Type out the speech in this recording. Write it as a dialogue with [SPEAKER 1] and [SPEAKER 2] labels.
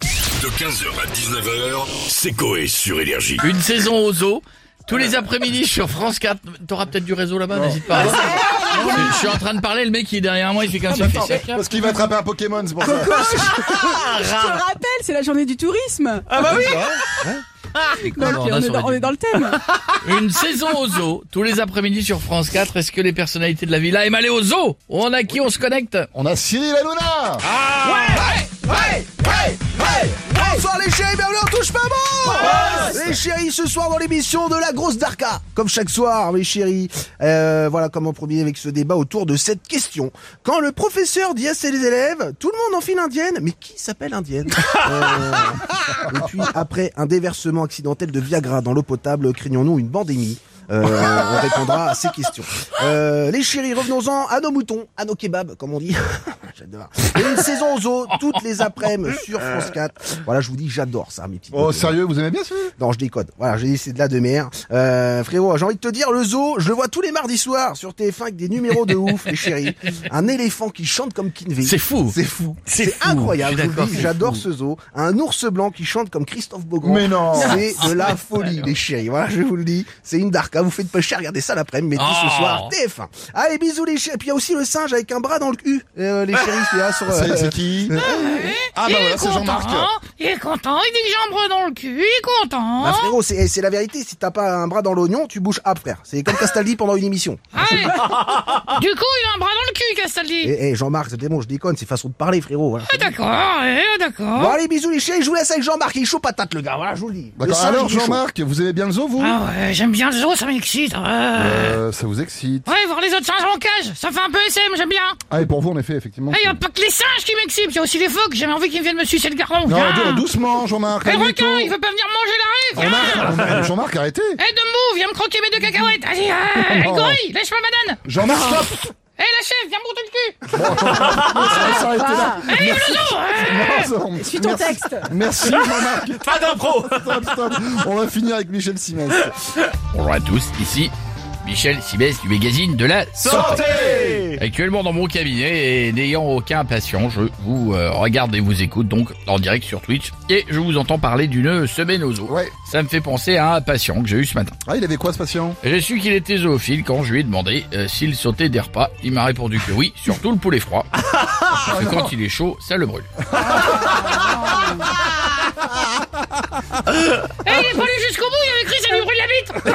[SPEAKER 1] De 15h à 19h, c'est Coé sur Énergie.
[SPEAKER 2] Une saison aux zoo. Tous les après-midi sur France 4. T'auras peut-être du réseau là-bas, n'hésite pas. hein. Je- Je suis en train de parler, le mec qui est derrière moi, il fait qu'un seul fait sec.
[SPEAKER 3] Parce qu'il va attraper un Pokémon, c'est pour ça.
[SPEAKER 4] Je te rappelle, c'est la journée du tourisme. Ah bah oui.
[SPEAKER 2] Non, non,
[SPEAKER 4] on,
[SPEAKER 2] là, ça aurait
[SPEAKER 4] est dans, on
[SPEAKER 2] dû.
[SPEAKER 4] est dans le thème.
[SPEAKER 2] Une saison aux zoo. Tous les après-midi sur France 4. Est-ce que les personnalités de la villa aiment aller aux zoo On a qui on se connecte
[SPEAKER 3] On a Cyril Hanouna
[SPEAKER 5] Bonsoir les chéris, bienvenue en touche pas bon Les chéris, ce soir dans l'émission de la grosse Darka, comme chaque soir mes chéris. Euh, voilà comment premier avec ce débat autour de cette question. Quand le professeur dit à ses élèves, tout le monde enfile indienne, mais qui s'appelle indienne Euh, Et puis après un déversement accidentel de Viagra dans l'eau potable, craignons-nous une pandémie Euh, on répondra à ces questions. Euh, les chéris, revenons-en à nos moutons, à nos kebabs, comme on dit. j'adore. Et une saison aux eaux, toutes les après-midi sur France 4. Voilà, je vous dis, j'adore ça, mes petits.
[SPEAKER 3] Oh,
[SPEAKER 5] potos.
[SPEAKER 3] sérieux, vous aimez bien celui
[SPEAKER 5] Non, je déconne. Voilà, j'ai dit c'est de la de mer. Euh, frérot, j'ai envie de te dire, le zoo, je le vois tous les mardis soirs sur TF1 avec des numéros de ouf, les chéris. Un éléphant qui chante comme Kinvey.
[SPEAKER 2] C'est fou.
[SPEAKER 3] C'est fou.
[SPEAKER 5] C'est incroyable,
[SPEAKER 2] Je
[SPEAKER 5] je
[SPEAKER 2] suis
[SPEAKER 5] vous
[SPEAKER 2] d'accord,
[SPEAKER 5] dis,
[SPEAKER 2] c'est
[SPEAKER 5] j'adore
[SPEAKER 2] fou.
[SPEAKER 5] ce zoo. Un ours blanc qui chante comme Christophe Beaugrand.
[SPEAKER 3] Mais non.
[SPEAKER 5] C'est de la folie, les chéris. Voilà, je vous le dis. C'est une darka. Vous faites pas cher, regardez ça l'après-midi, mettez
[SPEAKER 2] Oh.
[SPEAKER 5] ce soir TF1. Allez, bisous les chéris. Puis il y a aussi le singe avec un bras dans le cul. Euh, les chéris, c'est là sur... euh,
[SPEAKER 3] C'est c'est qui Ah bah voilà, c'est Jean-Marc.
[SPEAKER 6] Il est content, il dit que j'ai un bras dans le cul, il est content.
[SPEAKER 5] Bah frérot, c'est c'est la vérité, si t'as pas un bras dans l'oignon, tu bouges à frère. C'est comme Castaldi pendant une émission.
[SPEAKER 6] Allez. du coup, il a un bras dans le cul, Castaldi.
[SPEAKER 5] Eh, eh, Jean-Marc, c'est bon, je déconne, c'est façon de parler frérot. voilà.
[SPEAKER 6] Ah, d'accord, eh,
[SPEAKER 5] Bon
[SPEAKER 6] d'accord.
[SPEAKER 5] allez, bisous les chéris, je vous laisse avec Jean-Marc, il est chaud patate le gars, voilà, je vous le dis. Le
[SPEAKER 3] D'accord,
[SPEAKER 5] singe,
[SPEAKER 3] alors
[SPEAKER 5] il est chaud.
[SPEAKER 3] Jean-Marc, vous aimez bien le zoo, vous
[SPEAKER 6] Ah ouais, j'aime bien le zoo, ça m'excite. ouais.
[SPEAKER 3] Euh, ça vous excite.
[SPEAKER 6] Ouais, voir les autres singes en cage, ça fait un peu SM, j'aime bien.
[SPEAKER 3] Ah, et pour vous, en effet, effectivement.
[SPEAKER 6] Eh, y a
[SPEAKER 3] c'est-
[SPEAKER 6] pas que les singes qui m'excitent, y a aussi les phoques, j'ai envie qu'ils viennent me sucer le garçon.
[SPEAKER 3] Non,
[SPEAKER 6] viens.
[SPEAKER 3] dou- doucement, Jean-Marc.
[SPEAKER 6] Eh, le
[SPEAKER 3] calme-toi.
[SPEAKER 6] requin, il veut pas venir manger la
[SPEAKER 3] On
[SPEAKER 6] rêve.
[SPEAKER 3] a- on a- Jean-Marc, arrêtez.
[SPEAKER 6] Eh, Dumbo, viens me croquer mes deux cacahuètes. Allez, eh,
[SPEAKER 3] Non.
[SPEAKER 6] gorille, lâche ma banane.
[SPEAKER 3] Jean-Marc, stop
[SPEAKER 6] Eh, la chef, viens me monter le cul.
[SPEAKER 3] On va s'arrêter là.
[SPEAKER 6] Eh, le zoo. eh.
[SPEAKER 3] Non, ça-
[SPEAKER 4] Suis ton
[SPEAKER 3] Merci.
[SPEAKER 4] texte.
[SPEAKER 3] Merci Jean-Marc. Pas d'impro. Stop, stop. On va finir avec Michel Simès.
[SPEAKER 2] Bonjour à tous, ici Michel Sibès du magazine de la Santé Actuellement dans mon cabinet et n'ayant aucun patient, je vous euh, regarde et vous écoute donc en direct sur Twitch et je vous entends parler d'une semaine aux eaux.
[SPEAKER 3] Ouais.
[SPEAKER 2] Ça me fait penser à un patient que j'ai eu ce matin.
[SPEAKER 3] Ah, il avait quoi ce patient
[SPEAKER 2] J'ai su qu'il était zoophile quand je lui ai demandé euh, s'il sautait des repas. Il m'a répondu que oui, surtout le poulet froid. Parce que quand il est chaud, ça le brûle.
[SPEAKER 6] Eh, il est pas allé jusqu'au bout, il avait écrit ça lui brûle la bite.